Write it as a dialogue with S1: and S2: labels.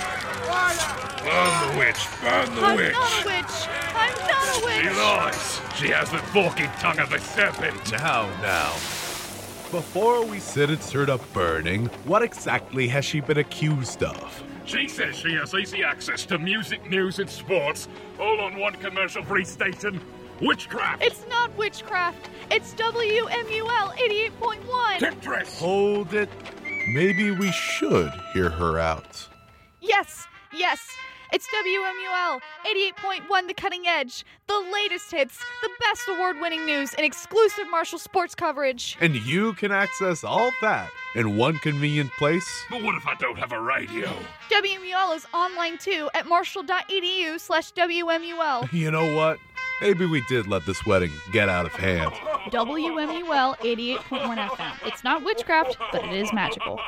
S1: Burn the witch! Burn the
S2: I'm
S1: witch!
S2: not a witch. I'm not a
S1: She
S2: witch.
S1: lies! She has the forky tongue of a serpent!
S3: Now, now. Before we sentence her to burning, what exactly has she been accused of?
S1: She says she has easy access to music, news, and sports, all on one commercial free station. Witchcraft!
S2: It's not witchcraft. It's WMUL 88.1.
S1: Temptress!
S2: Oh.
S3: Hold it. Maybe we should hear her out.
S2: Yes, yes. It's WMUL 88.1 The Cutting Edge. The latest hits, the best award winning news, and exclusive Marshall sports coverage.
S3: And you can access all that in one convenient place.
S1: But what if I don't have a radio?
S2: WMUL is online too at marshall.edu slash WMUL.
S3: You know what? Maybe we did let this wedding get out of hand.
S2: WMUL 88.1 FM. It's not witchcraft, but it is magical.